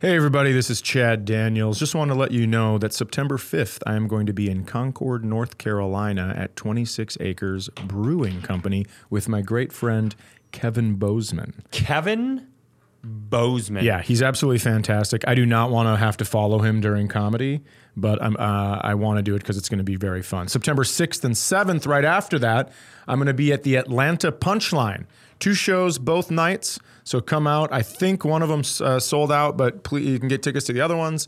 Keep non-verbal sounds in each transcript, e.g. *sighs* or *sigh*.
Hey, everybody, this is Chad Daniels. Just want to let you know that September 5th, I am going to be in Concord, North Carolina at 26 Acres Brewing Company with my great friend Kevin Bozeman. Kevin Bozeman. Yeah, he's absolutely fantastic. I do not want to have to follow him during comedy, but I'm, uh, I want to do it because it's going to be very fun. September 6th and 7th, right after that, I'm going to be at the Atlanta Punchline. Two shows both nights. So come out. I think one of them uh, sold out, but please, you can get tickets to the other ones.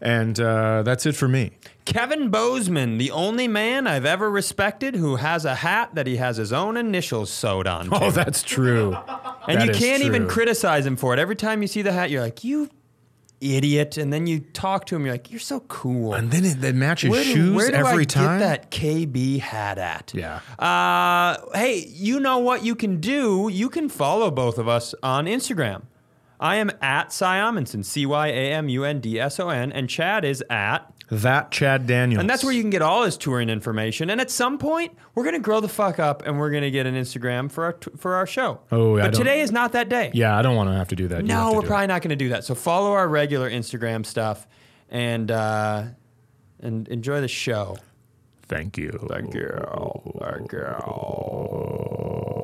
And uh, that's it for *laughs* me. Kevin Bozeman, the only man I've ever respected who has a hat that he has his own initials sewed on. to. Oh, that's true. *laughs* and That you is can't even true. criticize him for it. Every time you see the hat, you're like, you idiot. And then you talk to him, you're like, you're so cool. And then it, it matches where do, shoes where do every I time. get that KB hat at? Yeah. Uh, hey, you know what you can do? You can follow both of us on Instagram. I am at Cy Amundson, C Y A M U N D S O N, and Chad is at. That Chad Daniels. And that's where you can get all his touring information. And at some point, we're gonna grow the fuck up, and we're gonna get an Instagram for our t- for our show. Oh, I but don't- today is not that day. Yeah, I don't want to have to do that. You have No, to we're do it. probably not going to do that. So follow our regular Instagram stuff and uh, and enjoy the show. Thank you. Thank Girl, our girl.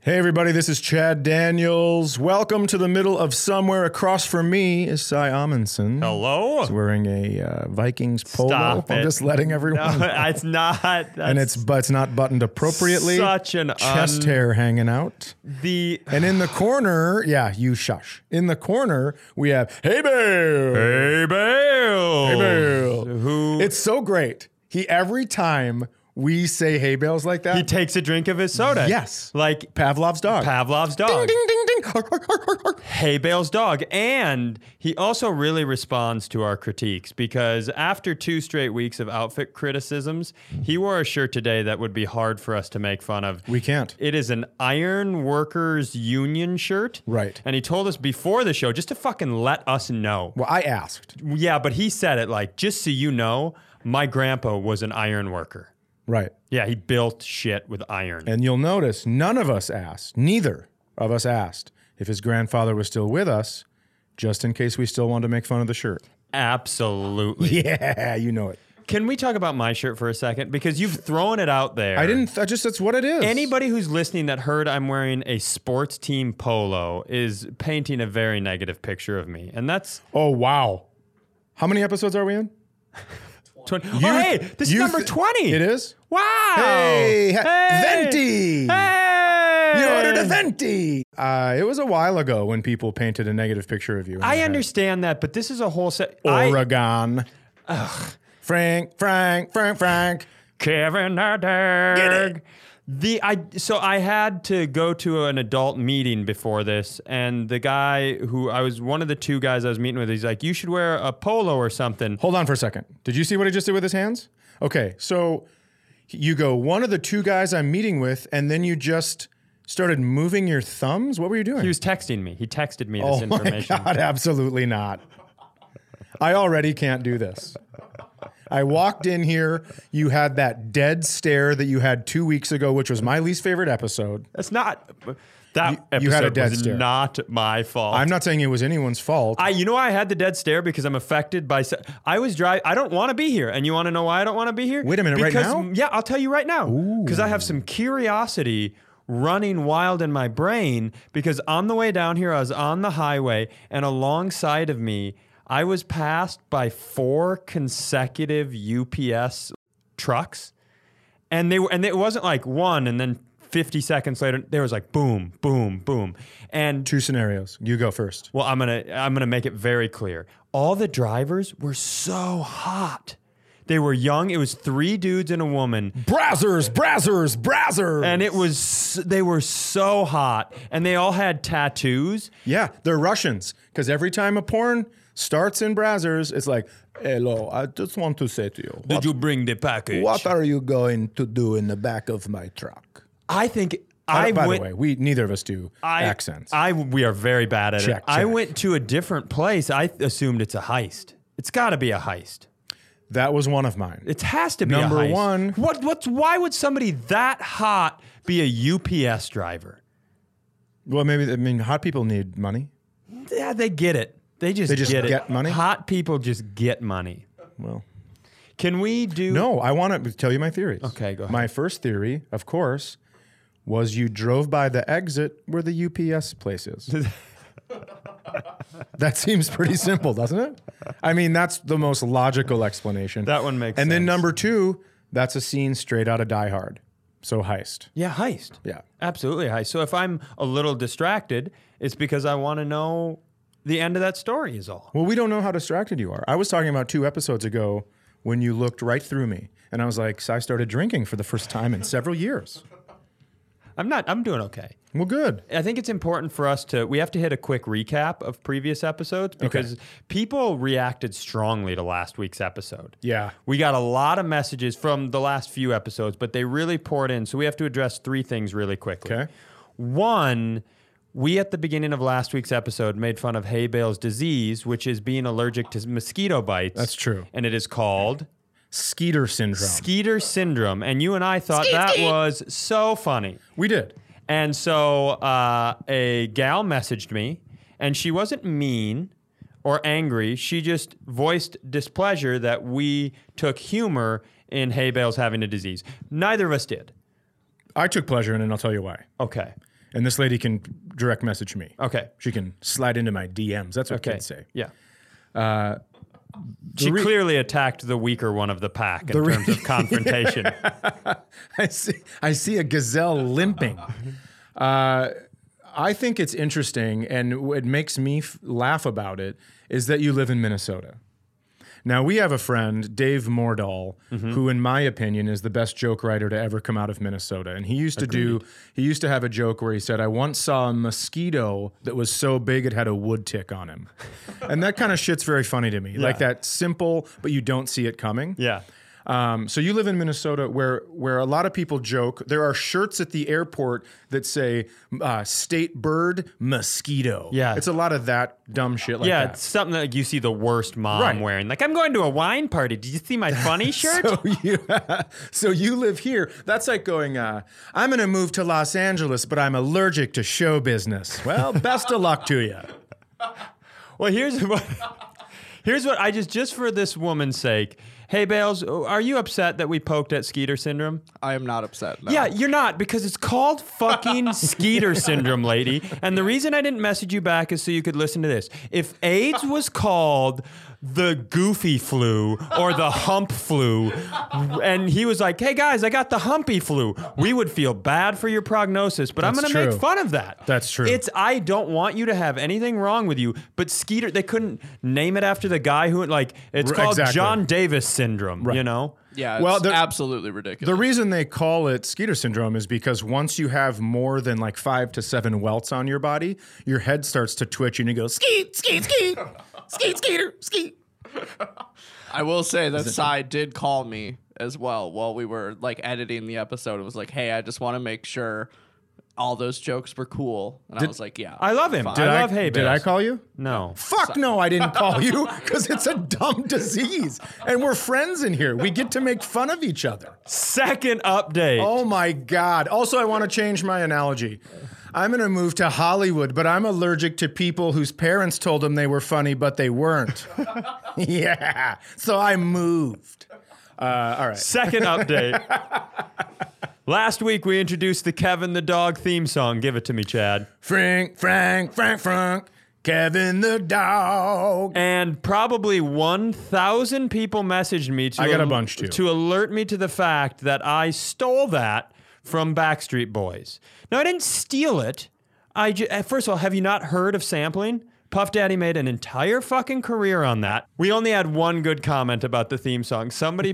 Hey, everybody, this is Chad Daniels. Welcome to the middle of somewhere. Across from me is Cy Amundsen. He's Hello. wearing a uh, Vikings polo. Oh. Stop I'm it. just letting everyone. *laughs* it's not. and it's but it's not buttoned appropriately. Such an chest un- hair hanging out. the. And in the corner, yeah, you shush. In the corner, we have Hey Bill. Hey, Bale. Bale. Who It's so great. He every time we say Hey Bales like that, he takes a drink of his soda. Yes. Like Pavlov's dog. Pavlov's dog. Ding ding ding ding. *laughs* Hay Bale's dog. And he also really responds to our critiques because after two straight weeks of outfit criticisms, he wore a shirt today that would be hard for us to make fun of. We can't. It is an Iron Workers Union shirt. Right. And he told us before the show just to fucking let us know. Well, I asked. Yeah, but he said it like, just so you know, my grandpa was an iron worker. Right. Yeah, he built shit with iron. And you'll notice none of us asked, neither of us asked if his grandfather was still with us, just in case we still wanted to make fun of the shirt. Absolutely. Yeah, you know it. Can we talk about my shirt for a second? Because you've thrown it out there. I didn't, I just, that's what it is. Anybody who's listening that heard I'm wearing a sports team polo is painting a very negative picture of me. And that's Oh, wow. How many episodes are we in? 20. oh, hey, this is you number th- 20. It is? Wow. Hey, ha- Oh. Hey! Venti. Hey. You ordered a Venti. Uh, it was a while ago when people painted a negative picture of you. in their I head. understand that, but this is a whole set. I, Oregon. Frank, Frank, Frank, Frank. Kevin Adderg. The I so I had to go to an adult meeting before this, and the guy who I was one of the two guys I was meeting with, he's like, "You should wear a polo or something." Hold on for a second. Did you see what he just did with his hands? Okay, so you go one of the two guys I'm meeting with, and then you just started moving your thumbs. What were you doing? He was texting me. He texted me *laughs* this oh my information. god, absolutely not. I already can't do this. I walked in here. You had that dead stare that you had two weeks ago, which was my least favorite episode. That's not that episode you had a dead was stare. not my fault. I'm not saying it was anyone's fault. I, you know, why I had the dead stare because I'm affected by. se- I was dry. I don't want to be here, and you want to know why I don't want to be here? Wait a minute, right because, now? Yeah, I'll tell you right now. Because I have some curiosity running wild in my brain. Because on the way down here, I was on the highway, and alongside of me, I was passed by four consecutive UPS trucks, and they were, and it wasn't like one, and then. 50 seconds later, there was like boom, boom, boom. And two scenarios. You go first. well, I'm gonna I'm gonna make it very clear. All the drivers were so hot. They were young. It was three dudes and a woman, Brazzers, brazzers, brazzers. and it was s- they were so hot, and they all had tattoos. Yeah, they're Russians. Because every time a porn starts in Brazzers, it's like, hello, I just want to say to you, what, you bring the package? what are you going to do in the back of my truck? I think By, I by went- the way, we neither of us do I, accents. I we are very bad at it. Check, I check. went to a different place. I th- assumed it's a heist. It's got to be a heist. that was one of mine. It has to be a Number heist. one. What? What's? Why would somebody that hot be a UPS driver? Well, maybe I mean hot people need money. Yeah, they get it. They just, They just get, it. get money? Hot people just get money. Well, Can we do? no, I want to tell you my theories. Okay, go ahead. My first theory, of course, was you drove by the exit where the UPS place is. *laughs* that seems pretty simple, doesn't it? I mean, that's the most logical explanation. That one makes And then sense. number two, that's a scene straight out of Die Hard. So heist. Yeah, heist. Yeah. Absolutely heist. So if I'm a little distracted, it's because I want to know the end of that story. Is all. Well, we don't know how distracted you are. I was talking about two episodes ago when you looked right through me, and I was like, so I started drinking for the first time in several years. I'm not. I'm doing okay. Well, good. I think it's important for us to we have to hit a quick recap of previous episodes because people reacted strongly to last week's episode. Yeah. We got a lot of messages from the last few episodes, but they really poured in. So we have to address three things really quickly. Okay. One, we at the beginning of last week's episode made fun of hay bale's disease, which is being allergic to mosquito bites. That's true. And it is called Skeeter syndrome. Skeeter syndrome. And you and I thought that was so funny. we did. And so uh, a gal messaged me, and she wasn't mean or angry. She just voiced displeasure that we took humor in hay bales having a disease. Neither of us did. I took pleasure in it, and I'll tell you why. Okay. And this lady can direct message me. Okay. She can slide into my DMs. That's what Okay. kids say. Uh, Yeah. she re- clearly attacked the weaker one of the pack in re- terms of *laughs* confrontation. I see. I see a gazelle limping. Uh, I think it's interesting, and what makes me f- laugh about it is that you live in Minnesota. Now we have a friend, Dave Mordahl, who, in my opinion, is the best joke writer to ever come out of Minnesota. And he used to do. He used to have a joke where he said, "I once saw a mosquito that was so big it had a wood tick on him," and that kind of shit's very funny to me. Like that simple, but you don't see it coming. yeah. Um, so you live in Minnesota, where where a lot of people joke. There are shirts at the airport that say uh, "state bird mosquito." Yeah. it's a lot of that dumb shit like Yeah, that. *laughs* it's something that like, you see the worst mom Right. wearing. Like, I'm going to a wine party. Did you see *laughs* my funny shirt? So you, Oh, so you live here. That's like going. Uh, I'm going to move to Los Angeles, but I'm allergic to show business. Well, *laughs* best of luck to you. Well, here's what *laughs* here's what I just just for this woman's sake. Hey, Bales, are you upset that we poked at Skeeter syndrome? I am not upset. No. Yeah, you're not because it's *laughs* called fucking Skeeter syndrome, lady. And the reason I didn't message you back is so you could listen to this. If AIDS was called the goofy flu or the hump flu, and he was like, hey guys, I got the humpy flu, we would feel bad for your prognosis, but I'm That's going to make true. fun of that. That's true. It's, I don't want you to have anything wrong with you, but Skeeter, they couldn't name it after the guy who, like, it's R- called exactly. John Davis syndrome, you know? Yeah. It's Well, well, the- absolutely ridiculous. The reason they call it Skeeter syndrome is because once you have more than like five to seven welts on your body, your head starts to twitch and you go skeet skeet skeet skeet skeeter skeet. I will say that Cy did call me as well while we were like editing the episode. It was like, hey, I just want to make sure all those jokes were cool. And I was like, yeah. I love him. fine. Did I love hay Did I bales. call you? No. Fuck no, I didn't call you because it's a dumb disease, and we're friends in here. We get to make fun of each other. Second update. Oh my god! Also, I want to change my analogy. I'm going to move to Hollywood, but I'm allergic to people whose parents told them they were funny, but they weren't. *laughs* yeah, so I moved. Uh, all right. Second update. Last week we introduced the Kevin the Dog theme song. Give it to me, Chad. Frank, Frank, Frank, Frank, Kevin the dog. And probably 1,000 people messaged me to I got a bunch, too. to alert me to the fact that I stole that from Backstreet Boys. Now I didn't steal it. I ju- uh, first of all, have you not heard of sampling? Puff Daddy made an entire fucking career on that. We only had one good comment about the theme song. Somebody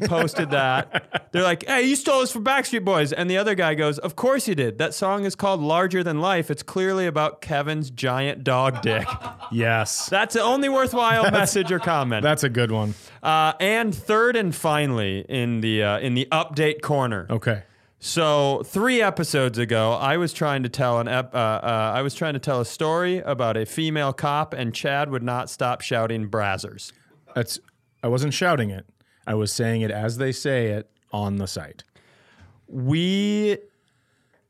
*laughs* posted that. They're like, "Hey, you stole this from Backstreet Boys," and the other guy goes, "Of course you did. That song is called Larger Than Life. It's clearly about Kevin's giant dog dick." Yes. That's the only worthwhile message or comment. That's a good one. Oh. Uh, and third and finally in the uh, in the update corner. Okay. So three episodes ago, I was trying to tell an ep- uh, uh, I was trying to tell a story about a female cop, and Chad would not stop shouting "Brazzers." That's I wasn't shouting it. I was saying it as they say it on the site. We,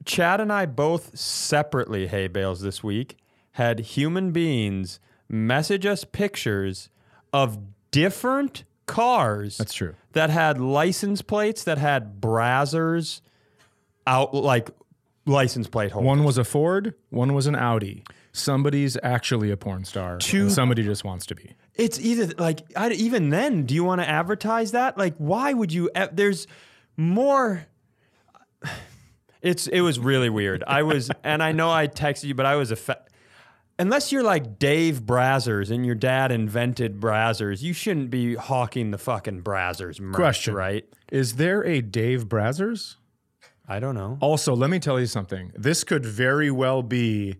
Chad and I both separately, hay bales this week, had human beings message us pictures of different cars That's true. that had license plates that had brazzers out like license plate holders. One was a Ford, one was an Audi. Somebody's actually a porn star. Two- and somebody just wants to be. It's either like I, even then, do you want to advertise that? Like, why would you? a- There's more. It's it was really weird. I *laughs* was, and I know I texted you, but I was a. Fa- Unless you're like Dave Brazzers and your dad invented Brazzers, you shouldn't be hawking the fucking Brazzers merch, Question. right? Is there a Dave Brazzers? I don't know. Also, let me tell you something. This could very well be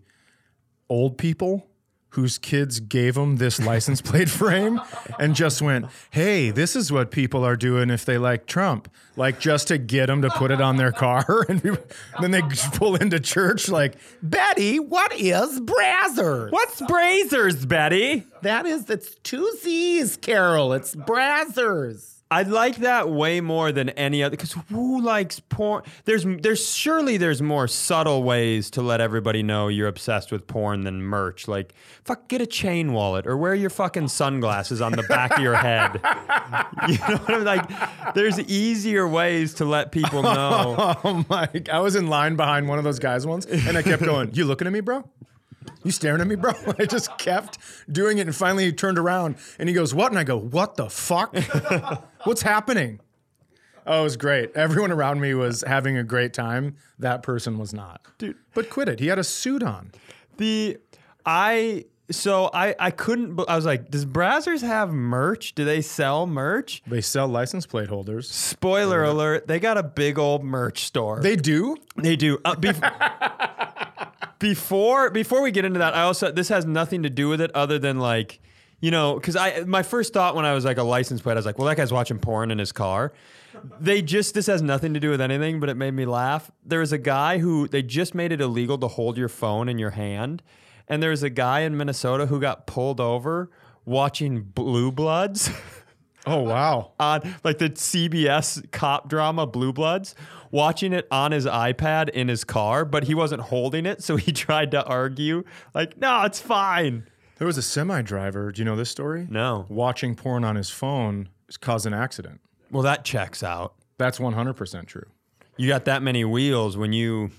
old people whose kids gave them this license plate frame and just went, "Hey, this is what people are doing if they like Trump." Like just to get them to put it on their car *laughs* and we- then they pull into church like, "Betty, what is Brazzers?" What's Brazzers, Betty? That is, it's two Z's, Carol. It's Brazzers. I like that way more than any other because who likes porn? There's there's surely there's more subtle ways to let everybody know you're obsessed with porn than merch. Like fuck, get a chain wallet or wear your fucking sunglasses on the back of your head. *laughs* You know what I'm like? There's easier ways to let people *laughs* know. Oh my! I was in line behind one of those guys once, and I kept going. You looking at me, bro? You staring at me, bro? *laughs* I just kept doing it, and finally he turned around and he goes, "What?" And I go, "What the fuck? *laughs* What's happening?" Oh, it was great. Everyone around me was having a great time. That person was not, dude. But quit it. He had a suit on. The I so I I couldn't. be- I was like, does Brazzers have merch? Do they sell merch? They sell license plate holders. Spoiler alert, they got a big old merch store. They do. They do. Uh, bef- before before we get into that, I also this has nothing to do with it other than like you know because I my first thought when I was like a license plate, I was like, well, that guy's watching porn in his car. They just this has nothing to do with anything, but it made me laugh. There was a guy who they just made it illegal to hold your phone in your hand, and there was a guy in Minnesota who got pulled over watching Blue Bloods *laughs* Oh wow! on like the CBS cop drama Blue Bloods, watching it on his iPad in his car, but he wasn't holding it, so he *laughs* tried to argue like, "No, it's fine." There was a semi driver. Do you know this story? No. Watching porn on his phone caused an accident. Well, that checks out. That's one hundred percent true. You got that many wheels when you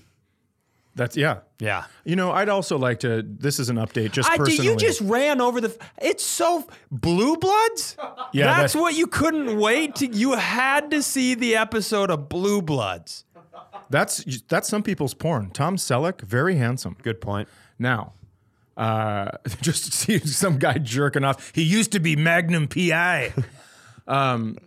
That's yeah. yeah. You know, I'd also like to. This is an update, just I, personally. you just ran over the. f- It's so Blue Bloods. Yeah, that's that's- what you couldn't wait to. You had to see the episode of Blue Bloods. that's that's some people's porn. Tom Selleck, very handsome. Good point. Now, uh, *laughs* just see some guy jerking off. He used to be Magnum PI. *laughs* um,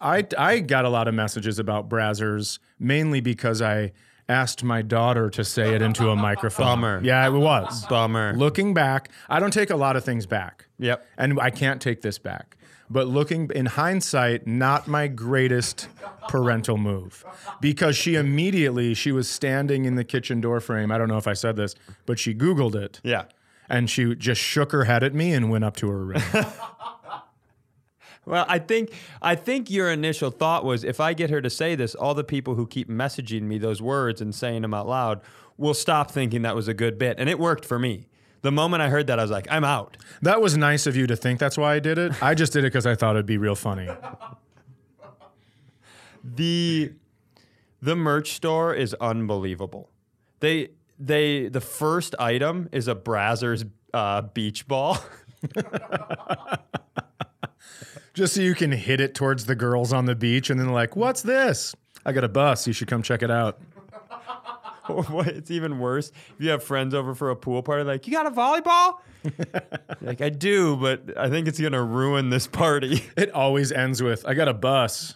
I I got a lot of messages about Brazzers mainly because I asked my daughter to say it into a microphone. Bummer. Yeah, it was. Bummer. Looking back, I don't take a lot of things back. Yep. And I can't take this back. But looking in hindsight, not my greatest parental move because she immediately she was standing in the kitchen door frame. I don't know if I said this, but she googled it Yeah. and she just shook her head at me and went up to her room. Well, I think I think your initial thought was if I get her to say this, all the people who keep messaging me those words and saying them out loud will stop thinking that was a good bit. And it worked for me. The moment I heard that, I was like, I'm out. that was nice of you to think that's why I did it. I just did it because I thought it'd be real funny. The the merch store is unbelievable. They they the first item is a Brazzers uh, beach ball. *laughs* Just so you can hit it towards the girls on the beach and then like, what's this? I got a bus. You should come check it out. What- it's even worse if you have friends over for a pool party. Like, you got a volleyball? like, I do, but I think it's gonna ruin this party. *laughs* It always ends with, I got a bus.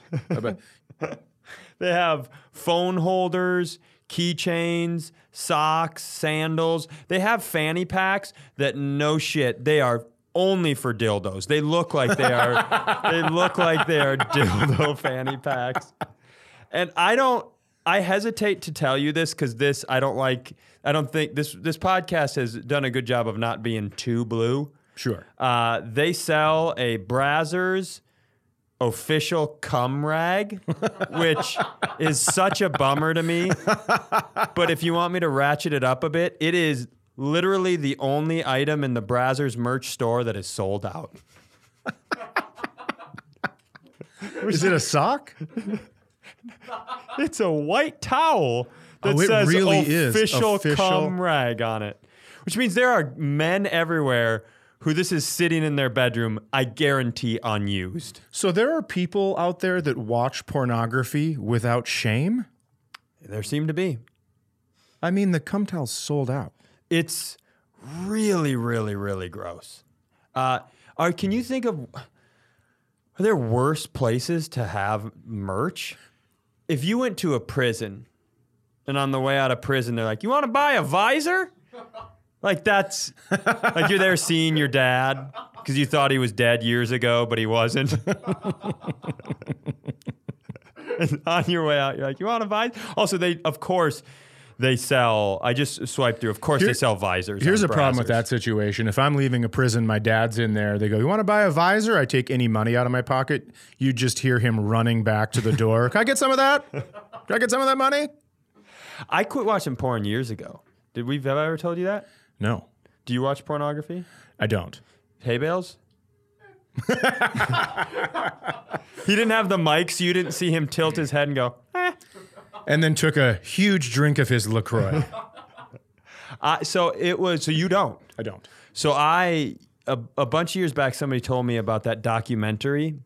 They have phone holders, keychains, socks, sandals. They have fanny packs that no shit, they are only for dildos. They look like they are they look like they are dildo fanny packs. And I don't I hesitate to tell you this because this I don't like. I don't think this this podcast has done a good job of not being too blue. Sure. Uh, they sell a Brazzers official cum rag, which is such a bummer to me. But if you want me to ratchet it up a bit, it is literally the only item in the Brazzers merch store that is sold out. Is it a sock? It's a white towel that Oh, it says really is official, official. cum rag on it, which means there are men everywhere who this is sitting in their bedroom, I guarantee unused. So there are people out there that watch pornography without shame. There seem to be. I mean, the cum towel's sold out. It's really, really, really gross. Uh, are, can you think of are there worse places to have merch? If you went to a prison, and on the way out of prison, they're like, "You want to buy a visor?" Like that's like you're there seeing your dad because you thought he was dead years ago, but he wasn't. *laughs* And on your way out, you're like, "You want a visor?" Also, they of course they sell. I just swiped through. Of course, they Here- sell visors. Here's a on problem with browsers. that situation. If I'm leaving a prison, my dad's in there. They go, "You want to buy a visor?" I take any money out of my pocket. You just hear him running back to the door. Can I get some of that? Can I get some of that money? I quit watching porn years ago. Did we have I ever told you that? No, Do you watch pornography? I don't. Hay bales? *laughs* he didn't have the mic, so you didn't see him tilt his head and go. "Eh." And then took a huge drink of his Lacroix. I, "Ah." so it was. So you don't. *laughs* I don't. So I a, a bunch of years back, somebody told me about that documentary,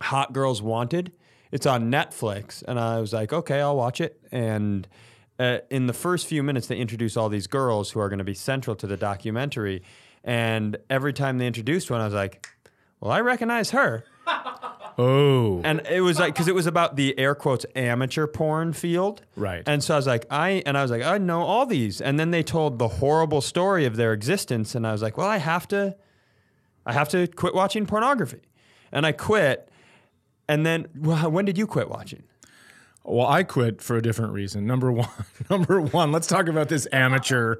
Hot Girls Wanted. It's on Netflix, and I was like, okay, I'll watch it. And uh, in the first few minutes, they introduce all these girls who are going to be central to the documentary. And every time they introduced one, I was like, well, I recognize her. Oh, And it was like because it was about the air quotes amateur porn field, Right. And so I was like, I and I was like, I know all these. And then they told the horrible story of their existence, and I was like, well, I have to, I have to quit watching pornography, and I quit. And then well, when did you quit watching? well, I quit for a different reason. Number one, *laughs* number one. Let's talk about this amateur.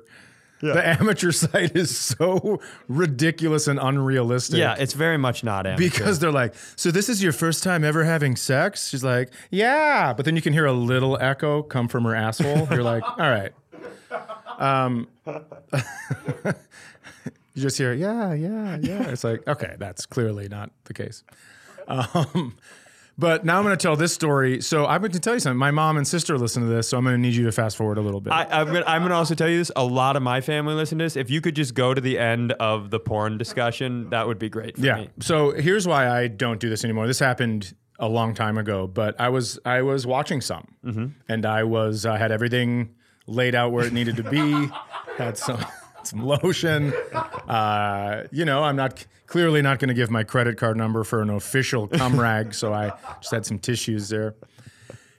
The amateur *laughs* site is so ridiculous and unrealistic. Yeah, it's very much not amateur. *laughs* Because they're like, so this is your first time ever having sex? She's like, yeah. But then you can hear a little echo come from her asshole. You're like, all right. Um, *laughs* you just hear, yeah, yeah, yeah. It's like, okay, that's clearly not the case. Um, but now I'm going to tell this story. So I'm going to tell you something. My mom and sister listen to this, so I'm going to need you to fast forward a little bit. I, I'm gonna, I'm gonna also tell you this. A lot of my family listen to this. If you could just go to the end of the porn discussion, that would be great for yeah. me. So here's why I don't do this anymore. This happened a long time ago, but I was I was watching some, Mm-hmm. and I was I had everything laid out where it needed to be. had some *laughs* some lotion. Uh, you know, I'm not clearly not going to give my credit card number for an official *laughs* cum rag, so I just had some tissues there.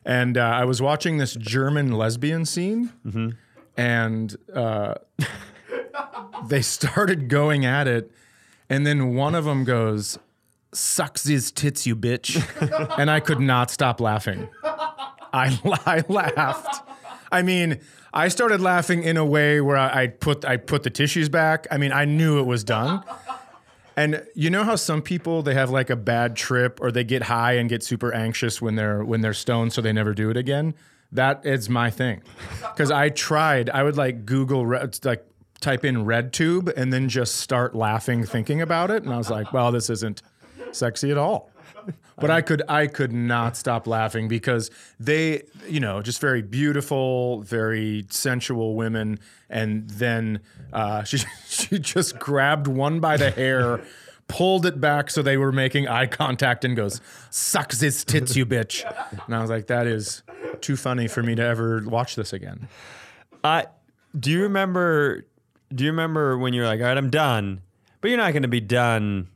And uh, I was watching this German lesbian scene, Mm-hmm. and uh, they started going at it. And then one of them goes, Sucks his tits, you bitch. and I could not stop laughing. I, *laughs* I laughed. I mean, I started laughing in a way where I, I put I put the tissues back. I mean, I knew it was done. And you know how some people they have like a bad trip or they get high and get super anxious when they're when they're stoned, so they never do it again. That is my thing, because I tried. I would like Google re- like type in red tube and then just start laughing thinking about it, and I was like, well, this isn't sexy at all. But I could I could not stop laughing because they you know just very beautiful, very sensual women, and then uh, *laughs* she she just grabbed one by the hair, pulled it back so they were making eye contact, and goes "suck this tits, you bitch," and I was like, that is too funny for me to ever watch this again. I do you remember do you remember when you're like, all right, I'm done, but you're not gonna be done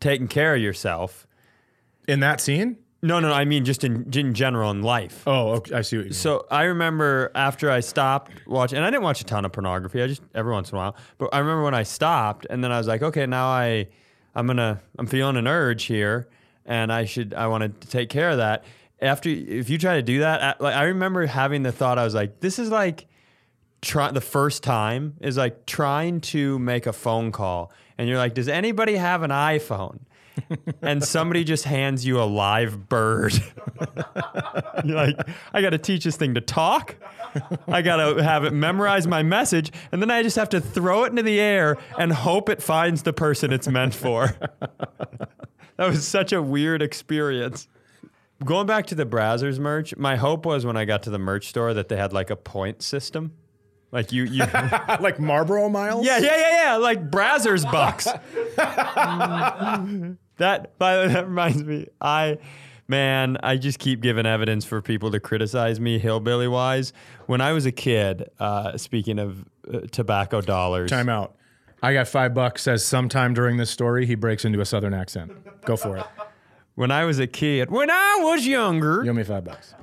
taking care of yourself. In that scene, No, no, I mean just in, in general in life. oh, okay, I see what you mean. So I remember after I stopped watching, and I didn't watch a ton of pornography. I just every once in a while. But I remember when I stopped, and then I was like, okay, now I, I'm gonna, I'm feeling an urge here, and I should, I wanted to take care of that. after if you try to do that, I, like I remember having the thought I was like, this is like try the first time is like trying to make a phone call and you're like, does anybody have an iPhone? and somebody just hands you a live bird. *laughs* You're like, I got to teach this thing to talk. I got to have it memorize my message. And then I just have to throw it into the air and hope it finds the person it's meant for. *laughs* that was such a weird experience. Going back to the Brazzers merch, my hope was when I got to the merch store that they had like a point system. Like you, you, yeah, *laughs* like Marlboro miles. yeah, yeah, yeah, like Brazzers bucks. That by the way, that reminds me. I man, I just keep giving evidence for people to criticize me hillbilly wise. When I was a kid, uh, speaking of uh, tobacco dollars, Time out. I got five bucks. Says sometime during this story he breaks into a southern accent. Go for it. when I was a kid, when I was younger, You owe me five bucks.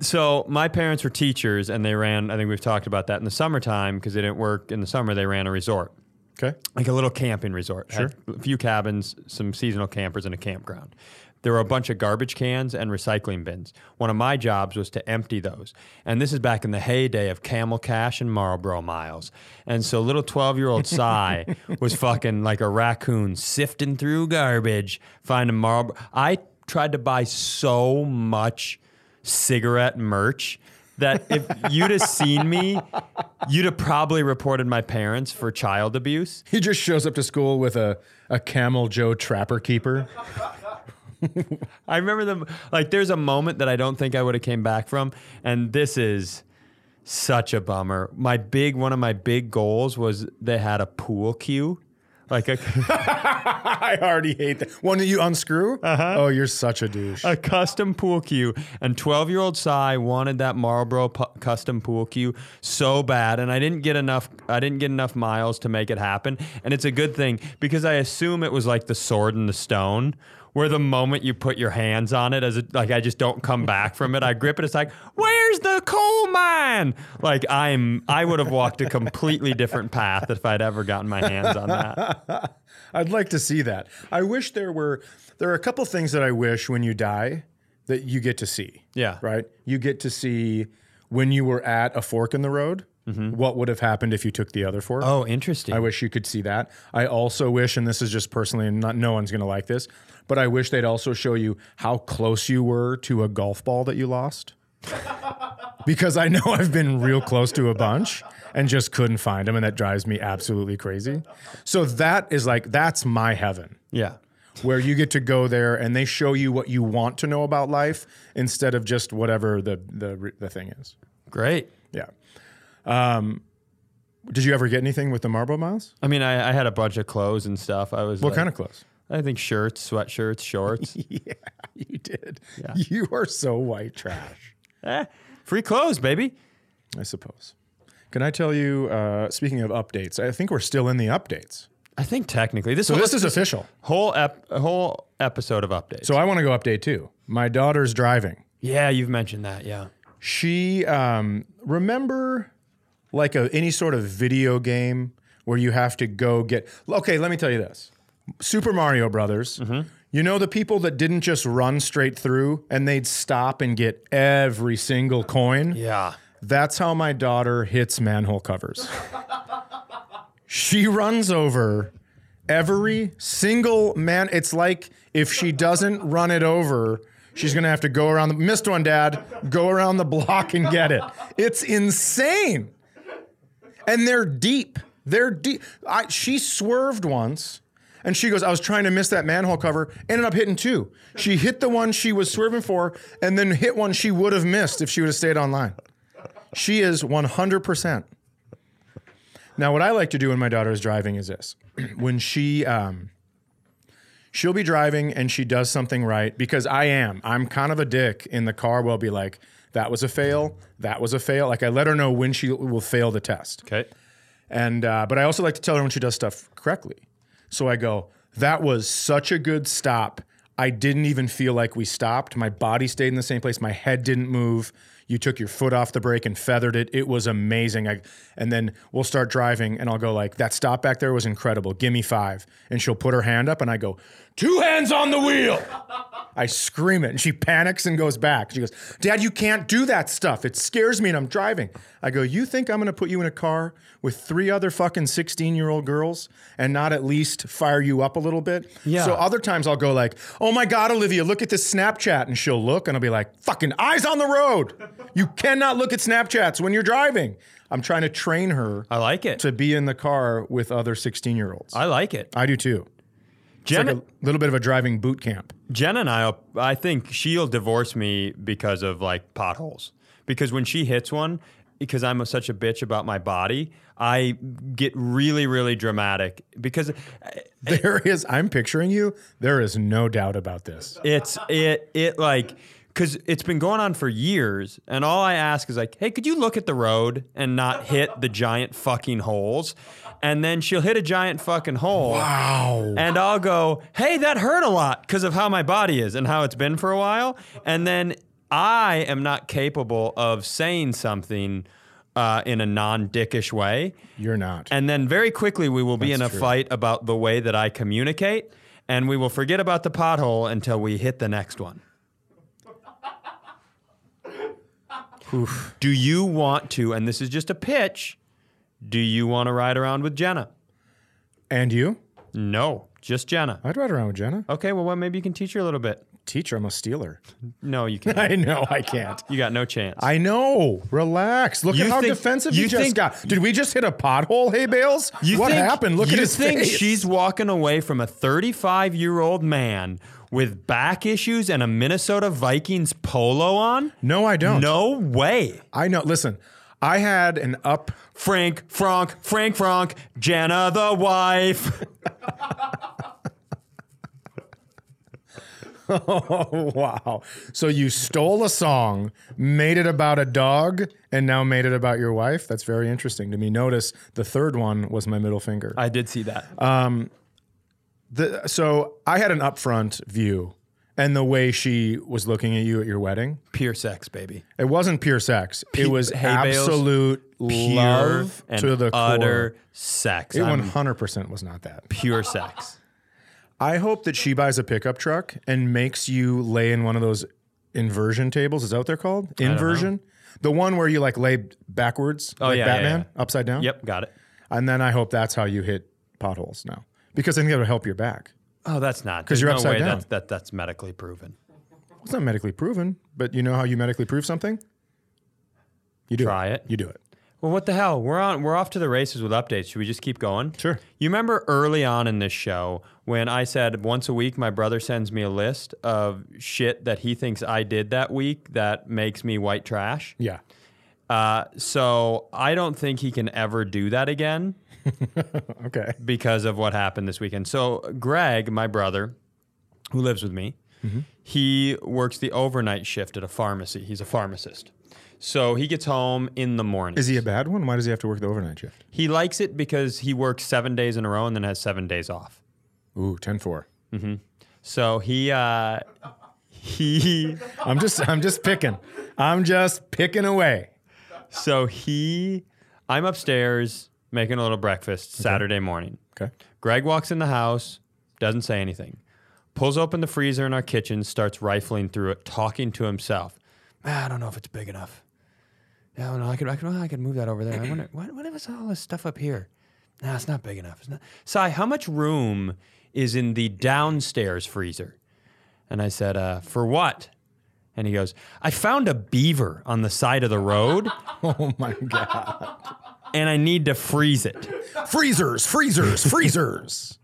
so my parents were teachers and they ran. I think we've talked about that in the summertime because they didn't work in the summer. They ran a resort. Okay. like a little camping resort. Sure. A few cabins, some seasonal campers, and a campground. There were a bunch of garbage cans and recycling bins. One of my jobs was to empty those. And this is back in the heyday of Camel Cash and Marlboro Miles. And so little 12 year old Cy was fucking like a raccoon sifting through garbage, finding Marlboro. I tried to buy so much cigarette merch that if you'd have seen me, you'd have probably reported my parents for child abuse. He just shows up to school with a, a Camel Joe Trapper Keeper. *laughs* I remember them like there's a moment that I don't think I would have came back from and this is such a bummer. My big one of my big goals was they had a pool cue. Like a, I already hate that. One that you unscrew? Uh-huh. Oh, you're such a douche. a custom pool cue, and 12 year old Cy wanted that Marlboro pu- custom pool cue so bad, and I didn't get enough. I didn't get enough miles to make it happen, and it's a good thing because I assume it was like the sword and the stone. Where the moment you put your hands on it, as it, like I just don't come back from it. I grip it. It's like, where's the coal mine? Like I'm, I would have walked a completely different path if I'd ever gotten my hands on that. I'd like to see that. I wish there were there are a couple things that I wish when you die that you get to see. Yeah. Right? You get to see when you were at a fork in the road, what would have happened if you took the other fork. Oh, interesting. I wish you could see that. I also wish, and this is just personally, and not no one's going to like this, but I wish they'd also show you how close you were to a golf ball that you lost. *laughs* because I know I've been real close to a bunch and just couldn't find them, and that drives me absolutely crazy. So that is like that's my heaven, yeah. where you get to go there and they show you what you want to know about life instead of just whatever the the, the thing is. Great. Yeah. Um, did you ever get anything with the Marlboro Miles? I mean, I, I had a bunch of clothes and stuff. I was What like- kind of clothes? I think shirts, sweatshirts, shorts. *laughs* Yeah, you did. You are so white trash, Eh, free clothes, baby. I suppose. Can I tell you, uh, speaking of updates, I think we're still in the updates. I think technically this, So whole, this is official. whole ep- whole episode of updates. So I want to go update too. My daughter's driving. yeah, you've mentioned that. Yeah. She, um, remember like a, any sort of video game where you have to go get. Okay, let me tell you this Super Mario Brothers. You know the people that didn't just run straight through and they'd stop and get every single coin? Yeah. That's how my daughter hits manhole covers. she runs over every single man. It's like if she doesn't run it over, she's going to have to go around the missed one, dad, go around the block and get it. It's insane. And they're deep. They're deep. I, she swerved once. And she goes, I was trying to miss that manhole cover, ended up hitting two. She hit the one she was swerving for, and then hit one she would have missed if she would have stayed online. She is 100%. Now, what I like to do when my daughter is driving is this. *clears throat* when she, um, she'll be driving and she does something right because I am, I'm kind of a dick in the car will be like, that was a fail. That was a fail. Like I let her know when she will fail the test. Okay. And, uh, but I also like to tell her when she does stuff correctly. So I go, that was such a good stop. I didn't even feel like we stopped. My body stayed in the same place. My head didn't move. You took your foot off the brake and feathered it. It was amazing. I, and then we'll start driving, and I'll go like, "That stop back there was incredible. Give me five. And she'll put her hand up, and I go, two hands on the wheel." I scream it, and she panics and goes back. She goes, Dad, you can't do that stuff. It scares me, and I'm driving. I go, You think I'm going to put you in a car with three other fucking 16 year old girls and not at least fire you up a little bit? Yeah. So other times I'll go, like, Oh my God, Olivia, look at this Snapchat. And she'll look, and I'll be like, Fucking eyes on the road. You cannot look at Snapchats when you're driving. I'm trying to train her I like it. to be in the car with other 16 year olds. I like it. I do too. It's Jen, like a little bit of a driving boot camp. Jen and I, I think she'll divorce me because of like potholes. Because when she hits one, because I'm such a bitch about my body, I get really, really dramatic. Because There is, I'm picturing you. There is no doubt about this. it's it it like because it's been going on for years and all i ask is like hey could you look at the road and not hit the giant fucking holes and then she'll hit a giant fucking hole Wow. and i'll go hey that hurt a lot because of how my body is and how it's been for a while and then i am not capable of saying something uh, in a non-dickish way You're not. and then very quickly, we will be in a true. fight about the way that I communicate, and we will forget about the pothole until we hit the next one. Do you want to, and this is just a pitch, do you want to ride around with Jenna? And you? No, just Jenna. I'd ride around with Jenna. Okay, well, well maybe you can teach her a little bit. Teacher, I'm a stealer. *laughs* No, you can't. I know I can't. You got no chance. I know. Relax. Look You at how think- defensive you you, just think- got. Did we just hit a pothole, hay bales? what think- happened? Look you at his think face. she's walking away from a 35 year old man with back issues and a Minnesota Vikings polo on? no, I don't. No way. I know. Listen, I had an up. *laughs* Frank, Frank, Frank, Frank, Jana *laughs* the wife. Oh, wow. So you stole a song, made it about a dog, and now made it about your wife? That's very interesting to me. Notice the third one was my middle finger. I did see that. The, so I had an upfront view and the way she was looking at you at your wedding. Pure sex, baby. It wasn't pure sex. it was hay bales, absolute Pure love and to the utter core. sex. It I'm 100% was not that. pure sex. I hope that she buys a pickup truck and makes you lay in one of those inversion tables. Is that what they're called? Inversion? The one where you like lay backwards, oh, like yeah, yeah, Batman, upside down. Yep, got it. And then I hope that's how you hit potholes now. Because I think that'll help your back. Oh, that's not. 'Cause Because you're no upside way down. That's, that, that's medically proven. It's not medically proven, but you know how you medically prove something? You do Try it. You do it. Well, what the hell? We're on. We're off to the races with updates. Should we just keep going? Sure. You remember early on in this show when I said once a week my brother sends me a list of shit that he thinks I did that week that makes me white trash. Yeah. Uh, so I don't think he can ever do that again Okay. because of what happened this weekend. So Greg, my brother, who lives with me, Mm-hmm. he works the overnight shift at a pharmacy. He's a pharmacist. So he gets home in the morning. *laughs* Is he a bad one? Why does he have to work the overnight shift? He likes it because he works seven days in a row and then has seven days off. Ooh, 10 4. So he uh, *laughs* he I'm just I'm just picking. I'm just picking away. so he I'm upstairs making a little breakfast Saturday morning. Okay. Greg walks in the house, doesn't say anything, pulls open the freezer in our kitchen, starts rifling through it, talking to himself. "Ah, I don't know if it's big enough. I don't know. I could, I could, well, I could move that over there. I wonder, what, what if it's all this stuff up here? Nah, it's not big enough. It's not. Sai, how much room is in the downstairs freezer? And I said, uh, for what? And he goes, I found a beaver on the side of the road Oh my god. and I need to freeze it. *laughs* freezers, freezers, freezers.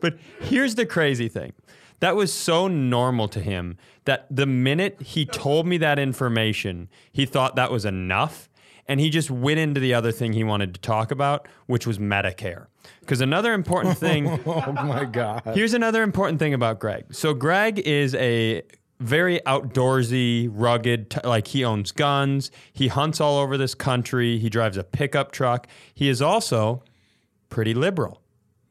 But here's the crazy thing. That was so normal to him that the minute he told me that information, he thought that was enough. And he just went into the other thing he wanted to talk about, which was Medicare. Because another important thing *laughs* Oh my god. Here's another important thing about Greg. So Greg is a very outdoorsy, rugged. T- like he owns guns. He hunts all over this country. He drives a pickup truck. He is also pretty liberal,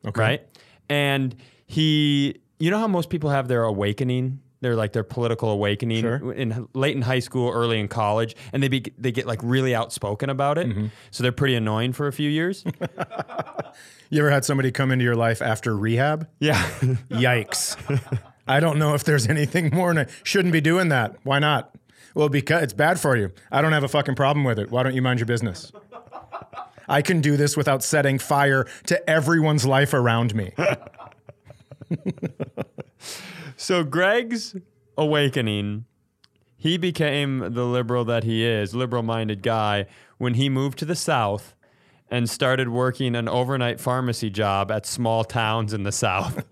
okay. right? And he, you know how most people have their awakening. They're like their political awakening in late in high school, early in college, and they be, they get like really outspoken about it. So they're pretty annoying for a few years. You ever had somebody come into your life after rehab? yeah. Yikes. *laughs* I don't know if there's anything more. than- Shouldn't be doing that. Why not? Well, because it's bad for you. I don't have a fucking problem with it. Why don't you mind your business? I can do this without setting fire to everyone's life around me. *laughs* So Greg's awakening, he became the liberal that he is, liberal-minded guy, when he moved to the South and started working an overnight pharmacy job at small towns in the South.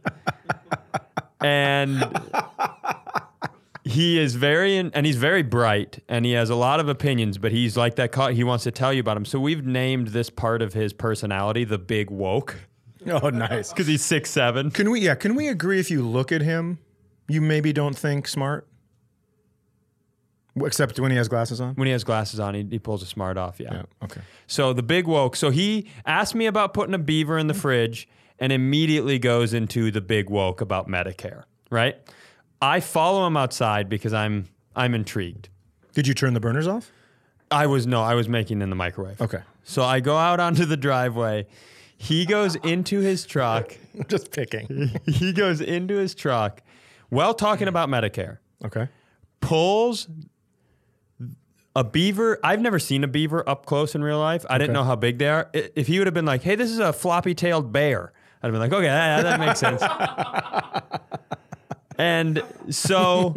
and he is very in, and he's very bright and he has a lot of opinions but he's like that co- he wants to tell you about him so we've named this part of his personality the big woke Oh, nice. because he's six seven Can we? Yeah. Can we agree? If you look at him, you maybe don't think smart, except when he has glasses *laughs* on. when he has glasses on he, he pulls a smart off yeah. Yeah, okay. So the big woke. So he asked me about putting a beaver in the fridge and immediately goes into the big woke about Medicare, right? I follow him outside because I'm I'm intrigued. Did you turn the burners off? I was no, I was making in the microwave. Okay. So I go out onto the driveway. He goes into his truck. *laughs* Just picking. He goes into his truck while talking about Medicare. Okay. pulls a beaver. I've never seen a beaver up close in real life. I didn't know how big they are. I- If he would have been like, "Hey, this is a floppy-tailed bear," I'd have been like, "Okay, that, that makes sense." and so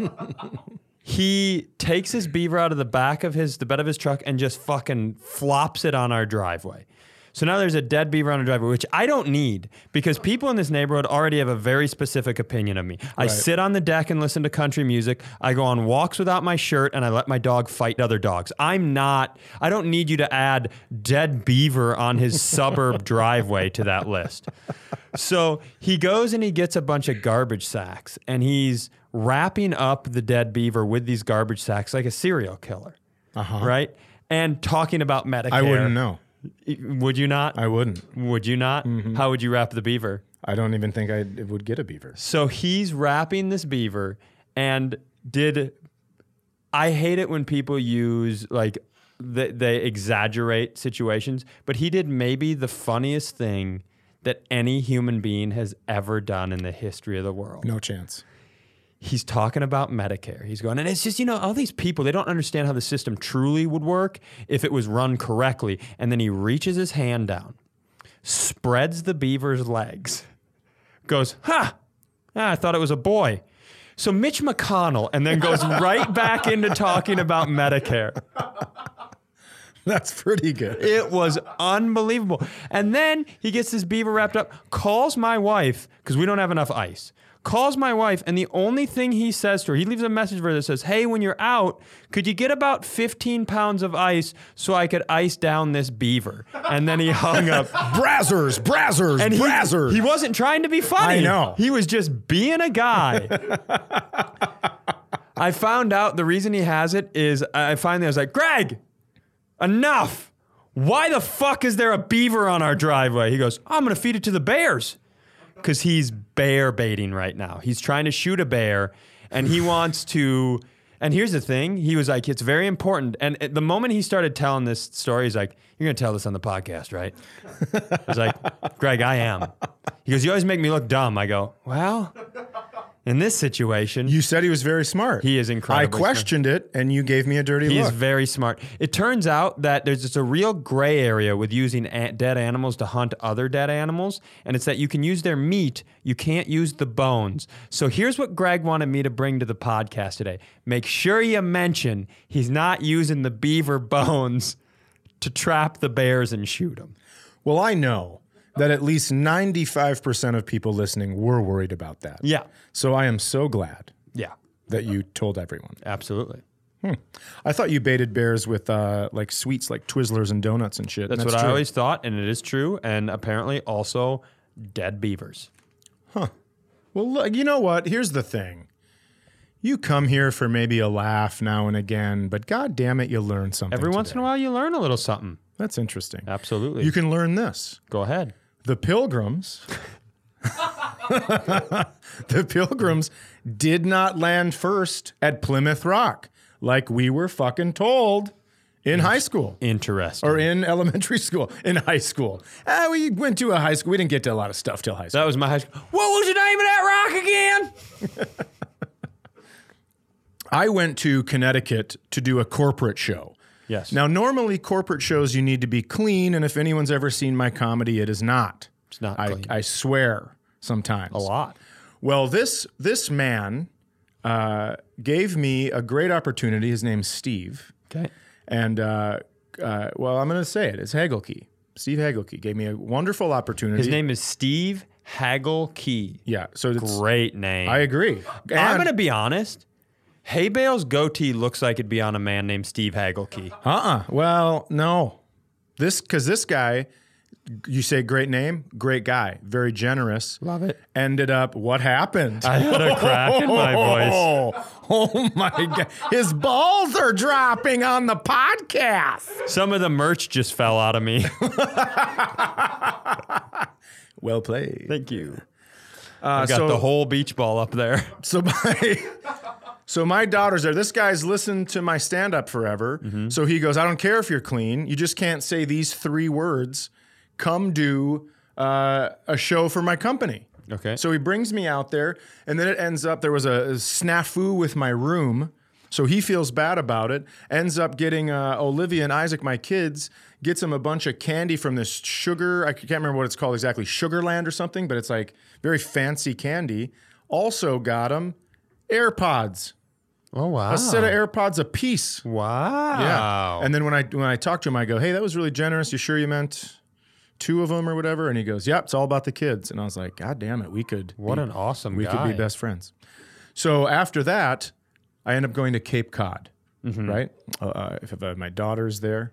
he takes his beaver out of the back of his the bed of his truck and just fucking flops it on our driveway. So now there's a dead beaver on our driveway, which I don't need because people in this neighborhood already have a very specific opinion of me. I sit on the deck and listen to country music. I go on walks without my shirt and I let my dog fight other dogs. I'm not, I don't need you to add dead beaver on his suburb driveway to that list. So he goes and he gets a bunch of garbage sacks and he's wrapping up the dead beaver with these garbage sacks like a serial killer. Right? And talking about Medicare. Uh-huh. I wouldn't know. Would you not? I Mm-hmm. wouldn't. would you not? How would you wrap the beaver? I don't even think I would get a beaver. So he's wrapping this beaver and did I hate it when people use like they, they exaggerate situations, but he did maybe the funniest thing that any human being has ever done in the history of the world No chance. he's talking about Medicare. He's going, and it's just, you know, all these people, they don't understand how the system truly would work if it was run correctly. And then he reaches his hand down, spreads the beaver's legs, goes, ha, ah, I thought it was a boy. So Mitch McConnell, and then goes right back into talking about Medicare. *laughs* That's pretty good. It was unbelievable. And then he gets this beaver wrapped up, calls my wife, because we don't have enough ice. Calls my wife, and the only thing he says to her, he leaves a message for her that says, Hey, when you're out, could you get about 15 pounds of ice so I could ice down this beaver? And then he hung up. Brazzers, brazzers, And he, brazzers. he wasn't trying to be funny. I know. He was just being a guy. I found out the reason he has it is I finally was like, Greg, enough. Why the fuck is there a beaver on our driveway? He goes, I'm going to feed it to the bears. Because he's bear baiting right now. He's trying to shoot a bear and he wants to. And here's the thing he was like, it's very important. And at the moment he started telling this story, he's like, You're going to tell this on the podcast, right? I was like, Greg, I am. He goes, You always make me look dumb. I go, Well, in this situation, you said he was very smart. He is incredibly I questioned it, and you gave me a dirty He look. is very smart. It turns out that there's just a real gray area with using a- dead animals to hunt other dead animals, and it's that you can use their meat, you can't use the bones. So here's what Greg wanted me to bring to the podcast today. Make sure you mention he's not using the beaver *laughs* bones to trap the bears and shoot them. well, I know that at least ninety-five percent of people listening were worried about that. Yeah. So I am so glad Yeah. that you told everyone. Absolutely. I thought you baited bears with uh, like sweets, like Twizzlers and donuts and shit. and That's, what I true. always thought, and it is true, and apparently also dead beavers. Well, look, you know what? Here's the thing. You come here for maybe a laugh now and again, but god damn it, you learn something. Every once in a while, you learn a little something. That's interesting. Absolutely. You can learn this. Go ahead. The pilgrims *laughs* The pilgrims did not land first at Plymouth Rock like we were fucking told in high school Interesting. or in elementary *laughs* school, in high school. Ah, we went to a high school. We didn't get to a lot of stuff till high school. that was my high school. What was the name of that rock again? I went to Connecticut to do a corporate show. Yes. Now, normally corporate shows you need to be clean, and if anyone's ever seen my comedy, it is not. It's not I, clean. I swear sometimes. a lot. Well, this this man uh, gave me a great opportunity. His name's Steve, Okay. and uh, uh, well, I'm going to say it. It's Hagelke. Steve Hagelke gave me a wonderful opportunity. His name is Steve Hagel Key. yeah. So it's, Great name. I agree. I'm And- gonna be honest. Hay Bale's goatee looks like it'd be on a man named Steve Hagelkey. Uh-uh. Well, no. This cuz this guy you say great name, great guy, very generous. Love it. Ended up what happened? I had a crack in *laughs* my voice. Oh, oh my *laughs* god. His balls are dropping on the podcast. Some of the merch just fell out of me. Well played. *laughs* Thank you. Uh, *laughs* I got so, the whole beach ball up there. so *laughs* my So my daughter's there. This guy's listened to my stand up forever. So he goes, I don't care if you're clean. You just can't say these three words. Come do uh, a show for my company. Okay. So he brings me out there, and then it ends up there was a, a snafu with my room. So he feels bad about it. Ends up getting uh, Olivia and Isaac, my kids, gets them a bunch of candy from this sugar. I can't remember what it's called exactly, Sugarland or something, but it's like very fancy candy. Also got them AirPods, Oh wow. a set of AirPods a piece. Wow. And then when I when I talk to him, I go, "Hey, that was really generous. You sure you meant two of them or whatever?" And he goes, "Yep, it's all about the kids." And I was like, "God damn it, we could What an awesome we guy. could be best friends. So after that, I end up going to Cape Cod, Mm-hmm. right? Uh, Uh, if uh, my daughter's there,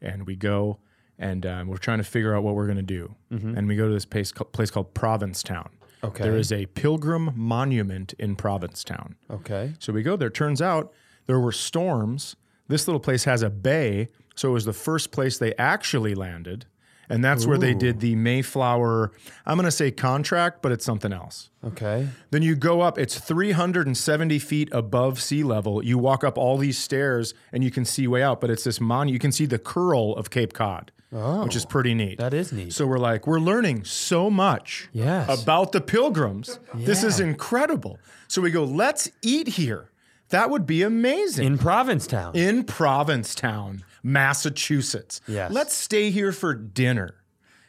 and we go, and um, we're trying to figure out what we're going to do, and we go to this place, ca- place called Provincetown. Mm-hmm. Okay. there is a pilgrim monument in Provincetown. Okay. So we go there. Turns out there were storms. This little place has a bay, so it was the first place they actually landed. And that's where they did the Mayflower, I'm going to say contract, but it's something else. Okay. Then you go up, it's 370 feet above sea level. You walk up all these stairs and you can see way out, but it's this mon. You can see the curl of Cape Cod, which is pretty neat. Oh, That is neat. So we're like, we're learning so much Yes. about the pilgrims. This is incredible. So we go, let's eat here. That would be amazing. In Provincetown. In, Provincetown, Massachusetts. Yes. Let's stay here for dinner.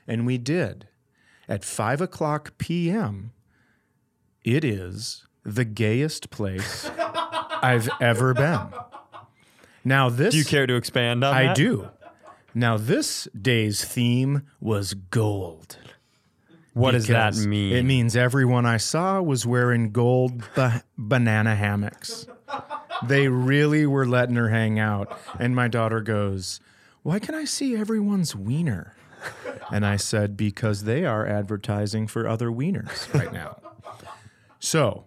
And we did. At 5 o'clock p.m., it is the gayest *laughs* place I've ever been. Now, this. do you care to expand on I that? do. Now, this day's theme was gold. What does that Because mean? It means everyone I saw was wearing gold ba- banana hammocks. They really were letting her hang out. And my daughter goes, Why can I see everyone's wiener? And I said, Because they are advertising for other wieners right now. So,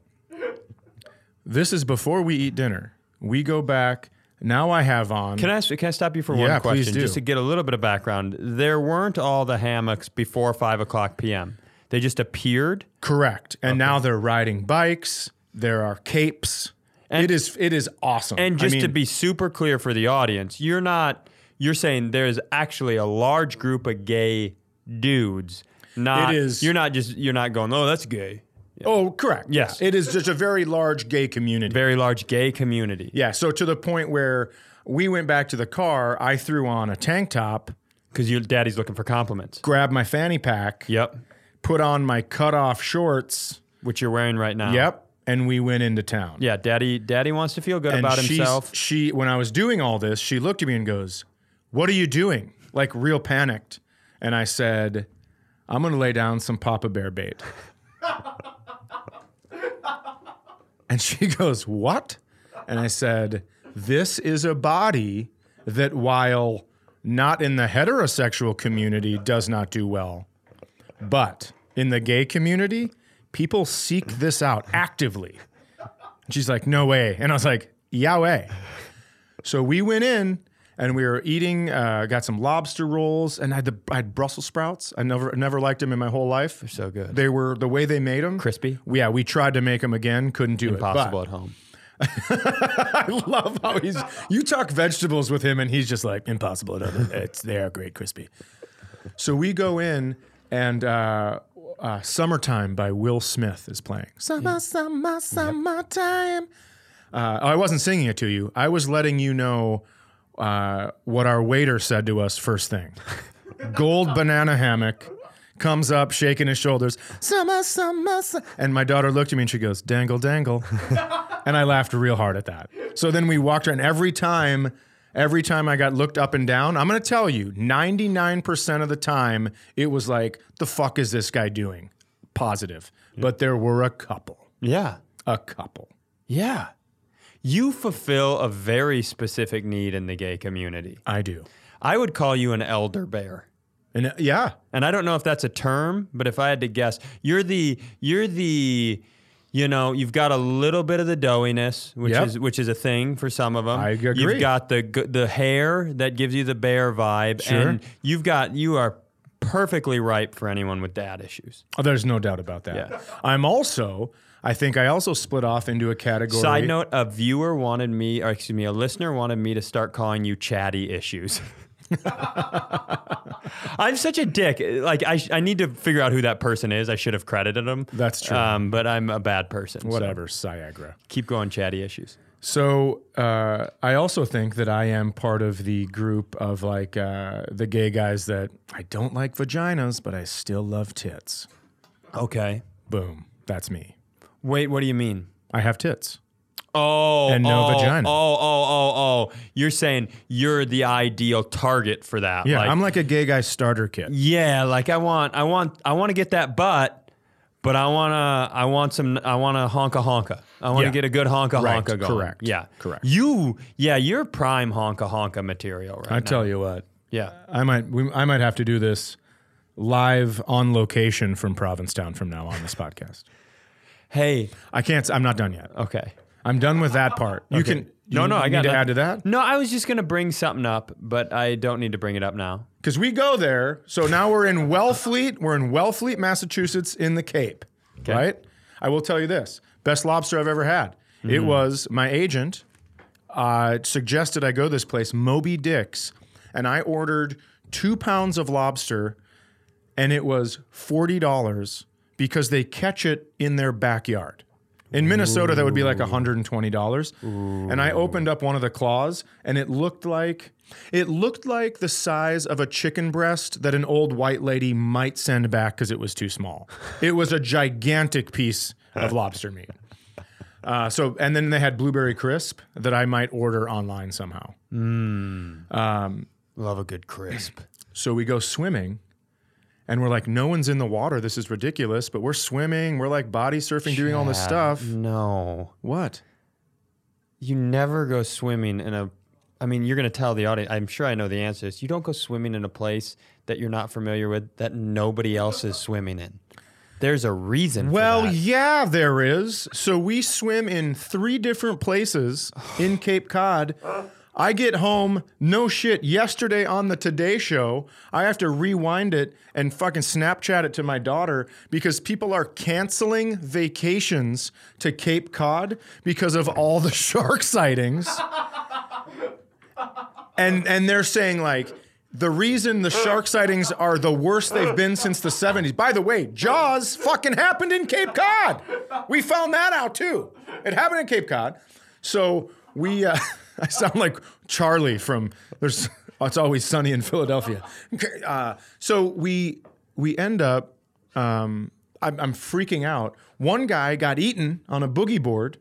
this is before we eat dinner. We go back. Now I have on. Can I, ask- can I stop you for Yeah, one please question? do. Just to get a little bit of background. There weren't all the hammocks before 5 o'clock p.m., they just appeared. Correct. And now they're riding bikes. There are capes. it is it is awesome. And I just to mean, be super clear for the audience, you're not, you're saying there's actually a large group of gay dudes. Not, It is- You're not just, you're not going, oh, that's gay. oh, correct. Yes. it is just a very large gay community. Very large gay community. yeah, so to the point where we went back to the car, I threw on a tank top, Because your daddy's looking for compliments. grabbed my fanny pack, Yep. put on my cutoff shorts. Which you're wearing right now. Yep, and we went into town. Uh-huh. Yeah, daddy, daddy wants to feel good and about she's- himself. She, when I was doing all this, she looked at me and goes, "What are you doing?" Like real panicked, and I said, "I'm going to lay down some Papa Bear *laughs* bait." and she goes, "What?" And I said, "This is a body that, while not in the heterosexual community, does not do well, but in the gay community." People seek this out actively. And she's like, no way. And I was like, Yahweh. So we went in and we were eating, uh, got some lobster rolls, and I had, the, I had Brussels sprouts. I never never liked them in my whole life. They're so good. They were the way they made them Crispy? Yeah, we tried to make them again, couldn't do it. Impossible But at home. I love how he's. You talk vegetables with him, and he's just like impossible. It doesn't- It's they are great crispy. So we go in, and uh, uh, "Summertime" by Will Smith is playing. Summer, summer, summertime. Uh, oh, I wasn't singing it to you. I was letting you know uh, what our waiter said to us first thing. *laughs* Gold banana hammock comes up, shaking his shoulders. Summer, summer, su-" and my daughter looked at me and she goes, "Dangle, dangle." and I laughed real hard at that. So then we walked around every time. Every time I got looked up and down, I'm going to tell you, 99% of the time, it was like, the fuck is this guy doing? Positive. But there were a couple. Yeah. A couple. Yeah. You fulfill a very specific need in the gay community. I do. I would call you an elder bear. And uh, yeah, And I don't know if that's a term, but if I had to guess, you're the you're the you know, you've got a little bit of the doughiness, which Yep. is which is a thing for some of them. I agree. You've got the g- the hair that gives you the bear vibe Sure. and you've got you are perfectly ripe for anyone with dad issues. Oh, there's no doubt about that. Yeah. I'm also, I think I also split off into a category. Side note, a viewer wanted me, or excuse me, a listener wanted me to start calling you chatty issues. *laughs* I'm such a dick. Like I, sh- I need to figure out who that person is. I should have credited him. That's true. Um, but I'm a bad person. so Whatever, Siagra. keep going, chatty issues. So uh, I also think that I am part of the group of like uh, the gay guys that I don't like vaginas, but I still love tits. Okay. Boom. That's me. Wait, what do you mean? I have tits. Oh, And no oh, vagina. Oh, oh, oh, oh! You're saying you're the ideal target for that. Yeah, I'm like a gay guy starter kit. Yeah, like I want, I want, I want to get that butt, but I wanna, I want some, I want to honka honka. I want to Yeah. get a good honka Right, honka going. correct, Yeah. correct. You, yeah, you're prime honka honka material right I now. tell you what, Yeah. I might we, I might have to do this live on location from Provincetown from now on this podcast. Hey. I can't. I'm not done yet. Okay. I'm done with that part. You can. No, you no, I need got to nothing. add to that No, I was just gonna bring something up, but I don't need to bring it up now. because we go there. So now we're in Wellfleet. We're in Wellfleet, Massachusetts, in the Cape. Right. I will tell you this: best lobster I've ever had. It was my agent uh, suggested I go this place, Moby Dick's, and I ordered two pounds of lobster, and it was forty dollars because they catch it in their backyard. In Minnesota, that would be like $120. And I opened up one of the claws and it looked like it looked like the size of a chicken breast that an old white lady might send back because it was too small. It was a gigantic piece of lobster meat. Uh, so and then they had blueberry crisp that I might order online somehow. Love a good crisp. So we go swimming and we're like, no one's in the water. This is ridiculous, but we're swimming, we're like body surfing, doing all this Yeah, stuff. No. What? You never go swimming in a. I mean, you're going to tell the audience. I'm sure I know the answer. Is you don't go swimming in a place that you're not familiar with that nobody else is swimming in. There's a reason. Well, for that. yeah, there is. So we swim in three different places *sighs* in Cape Cod. I get home, no shit, yesterday on the Today Show. I have to rewind it and fucking Snapchat it to my daughter because people are canceling vacations to Cape Cod because of all the *laughs* shark sightings. and and they're saying like the reason the shark sightings are the worst they've been since the 70s. By the way, Jaws fucking happened in Cape Cod. We found that out too. It happened in Cape Cod. So we, uh, *laughs* I sound like Charlie from there's. oh, It's always sunny in Philadelphia. Okay, Uh, so we we end up. Um, I'm, I'm freaking out. One guy got eaten on a boogie board,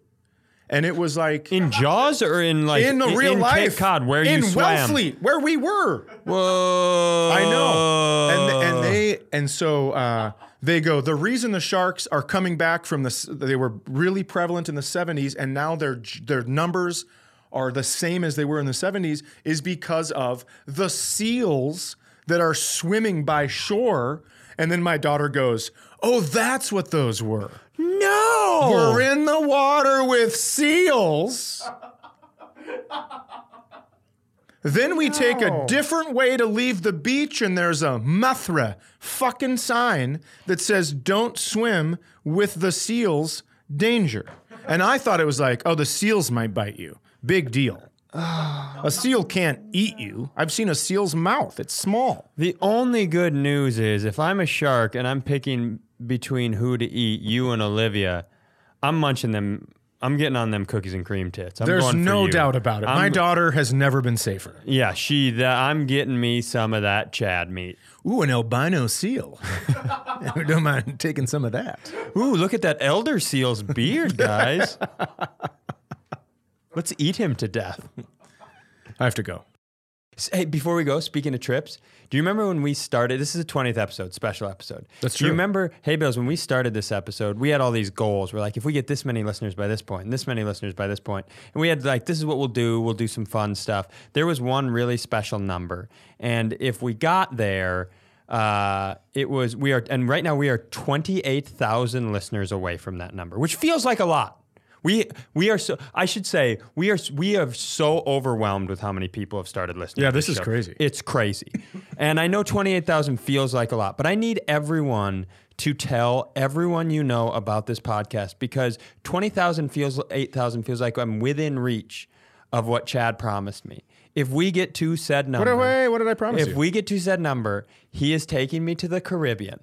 and it was like in Jaws or in like in the real life, Cape Cod where in you swam. Wellfleet, where we were. Whoa! I know, and and they and so uh, they go. The reason the sharks are coming back from the s- they were really prevalent in the '70s, and now their j- their numbers are the same as they were in the '70s, is because of the seals that are swimming by shore. And then my daughter goes, "Oh, that's what those were. no. We're in the water with seals." Then we take a different way to leave the beach, and there's a Mathra fucking sign that says, Don't swim with the seals, danger. And I thought it was like, oh, the seals might bite you. Big deal. A seal can't eat you. I've seen a seal's mouth. It's small. The only good news is if I'm a shark and I'm picking between who to eat, you and Olivia, I'm munching them. I'm getting on them cookies and cream tits. I'm There's going for no you. doubt about it. My I'm- daughter has never been safer. Yeah, she. That I'm getting me some of that Chad meat. Ooh, an albino *laughs* seal. Don't mind taking some of that. Ooh, look at that elder seal's beard, *laughs* guys. Let's eat him to death. I have to go. S- Hey, before we go, speaking of trips, do you remember when we started? This is the 20th episode, special episode. That's Do you true. remember, hey, Bills, when we started this episode, we had all these goals. We're like, if we get this many listeners by this point, and this many listeners by this point, and we had like, this is what we'll do. We'll do some fun stuff. There was one really special number. And if we got there, uh, it was, we are, and right now we are 28,000 listeners away from that number, which feels like a lot. We we are so I should say we are we are so overwhelmed with how many people have started listening. Yeah, to this is show. crazy. It's crazy. and I know 28,000 feels like a lot, but I need everyone to tell everyone you know about this podcast because 20,000 feels 8,000 feels like I'm within reach of what Chad promised me. If we get to said number, Wait, what did I promise if you? we get to said number, he is taking me to the Caribbean,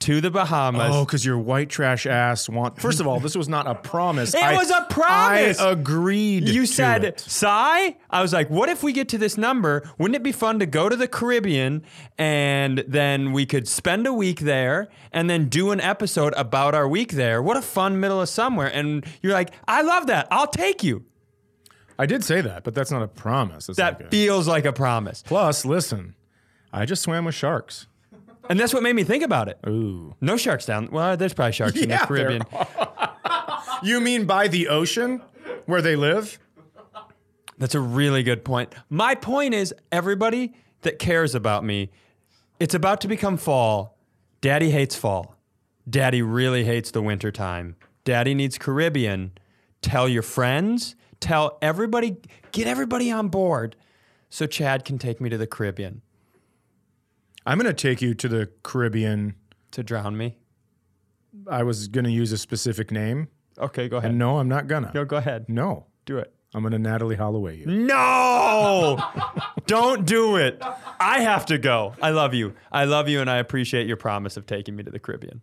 to the Bahamas. Oh, because your white trash ass want. First of all, this was not a promise. It I- was a promise! I agreed. You to said it. sigh. I was like, what if we get to this number? Wouldn't it be fun to go to the Caribbean and then we could spend a week there and then do an episode about our week there? What a fun middle of somewhere. And you're like, I love that. I'll take you. I did say that, but that's not a promise. It's That like a- feels like a promise. plus, listen, I just swam with sharks. And that's what made me think about it. Ooh. No sharks down. Well, there's probably sharks in *laughs* the Yeah, there Caribbean. You mean by the ocean where they live? That's a really good point. My point is everybody that cares about me, it's about to become fall. Daddy hates fall. Daddy really hates the winter time. Daddy needs Caribbean. Tell your friends, tell everybody, get everybody on board so Chad can take me to the Caribbean I'm going to take you to the Caribbean. to drown me. I was going to use a specific name. Okay, go ahead. And no, I'm not going to. No, go ahead. No. Do it. I'm going to Natalie Holloway you. No! Don't do it. I have to go. I love you. I love you, and I appreciate your promise of taking me to the Caribbean.